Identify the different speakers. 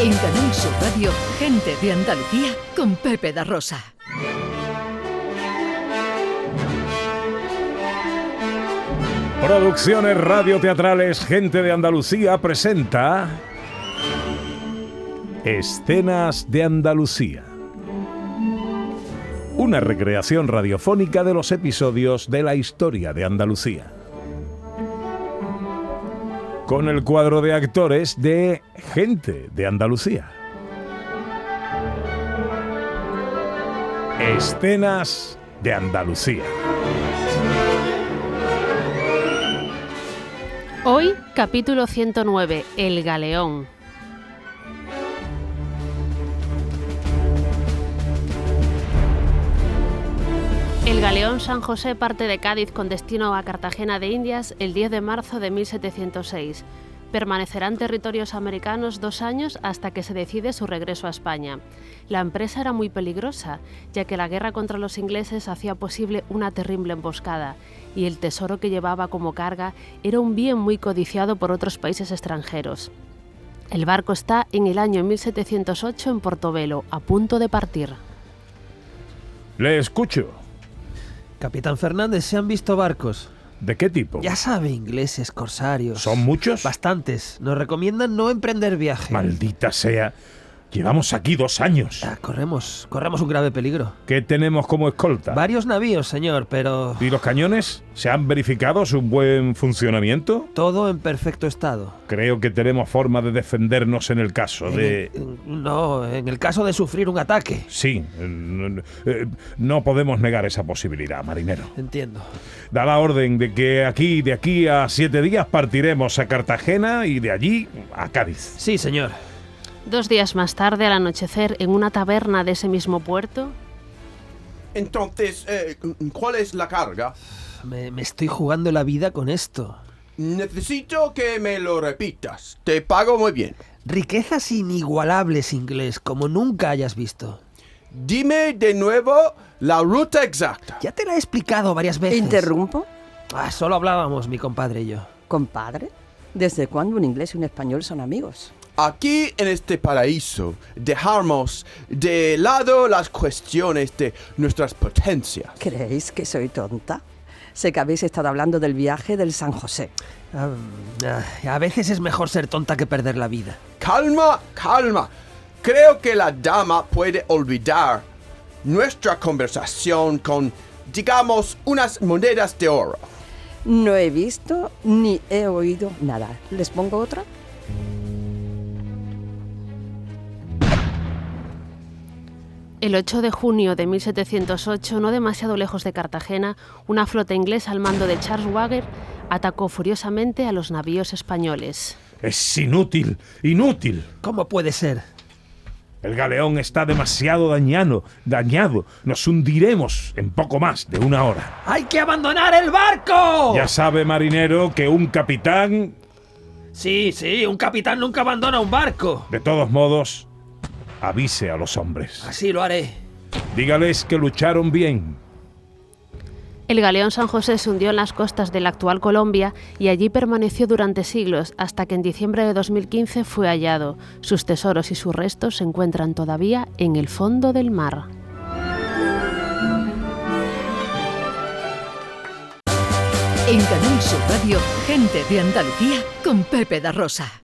Speaker 1: En Canal Sur Radio, gente de Andalucía con Pepe da Rosa.
Speaker 2: Producciones Radio Teatrales Gente de Andalucía presenta Escenas de Andalucía. Una recreación radiofónica de los episodios de la historia de Andalucía. Con el cuadro de actores de Gente de Andalucía. Escenas de Andalucía.
Speaker 3: Hoy, capítulo 109, El Galeón. El galeón San José parte de Cádiz con destino a Cartagena de Indias el 10 de marzo de 1706. Permanecerá en territorios americanos dos años hasta que se decide su regreso a España. La empresa era muy peligrosa, ya que la guerra contra los ingleses hacía posible una terrible emboscada, y el tesoro que llevaba como carga era un bien muy codiciado por otros países extranjeros. El barco está en el año 1708 en Portobelo, a punto de partir.
Speaker 2: Le escucho.
Speaker 4: Capitán Fernández, se han visto barcos.
Speaker 2: ¿De qué tipo?
Speaker 4: Ya sabe, ingleses, corsarios.
Speaker 2: ¿Son muchos?
Speaker 4: Bastantes. Nos recomiendan no emprender viaje.
Speaker 2: Maldita sea. Llevamos aquí dos años.
Speaker 4: Ah, corremos, corremos un grave peligro.
Speaker 2: ¿Qué tenemos como escolta?
Speaker 4: Varios navíos, señor, pero
Speaker 2: ¿Y los cañones? ¿Se han verificado su buen funcionamiento?
Speaker 4: todo en perfecto estado.
Speaker 2: Creo que tenemos forma de defendernos en el caso de...
Speaker 4: En el- no, en el caso de sufrir un ataque.
Speaker 2: Sí, eh, no- eh, no podemos negar esa posibilidad, marinero.
Speaker 4: Entiendo.
Speaker 2: Da la orden de que aquí, de aquí a siete días, partiremos a Cartagena y de allí a Cádiz.
Speaker 4: Sí, señor.
Speaker 3: Dos días más tarde, al anochecer, en una taberna de ese mismo puerto,
Speaker 5: Entonces, eh, ¿cuál es la carga?
Speaker 4: Me, me estoy jugando la vida con esto.
Speaker 5: Necesito que me lo repitas. Te pago muy bien.
Speaker 4: Riquezas inigualables, inglés, como nunca hayas visto.
Speaker 5: Dime de nuevo la ruta exacta.
Speaker 4: Ya te la he explicado varias veces.
Speaker 6: ¿Interrumpo?
Speaker 4: Ah, solo hablábamos, mi compadre y yo.
Speaker 6: Compadre, ¿desde cuándo un inglés y un español son amigos?
Speaker 5: Aquí en este paraíso dejamos de lado las cuestiones de nuestras potencias.
Speaker 6: ¿Creéis que soy tonta? Sé que habéis estado hablando del viaje del San José.
Speaker 4: Ah, ah, a veces es mejor ser tonta que perder la vida.
Speaker 5: Calma, calma. Creo que la dama puede olvidar nuestra conversación con, digamos, unas monedas de oro.
Speaker 6: No he visto ni he oído nada. ¿Les pongo otra?
Speaker 3: El 8 de junio de 1708, no demasiado lejos de Cartagena, una flota inglesa al mando de Charles Wagner atacó furiosamente a los navíos españoles.
Speaker 2: Es inútil, inútil.
Speaker 4: ¿Cómo puede ser?
Speaker 2: El galeón está demasiado dañado, dañado. Nos hundiremos en poco más de una hora.
Speaker 4: ¡Hay que abandonar el barco!
Speaker 2: Ya sabe, marinero, que un capitán,
Speaker 4: Sí, sí, un capitán nunca abandona un barco.
Speaker 2: de todos modos, avise a los hombres.
Speaker 4: Así lo haré.
Speaker 2: Dígales que lucharon bien.
Speaker 3: El galeón San José se hundió en las costas de la actual Colombia y allí permaneció durante siglos hasta que en diciembre de 2015 fue hallado. Sus tesoros y sus restos se encuentran todavía en el fondo del mar.
Speaker 1: En Canal Sur Radio, gente de Andalucía con Pepe da Rosa.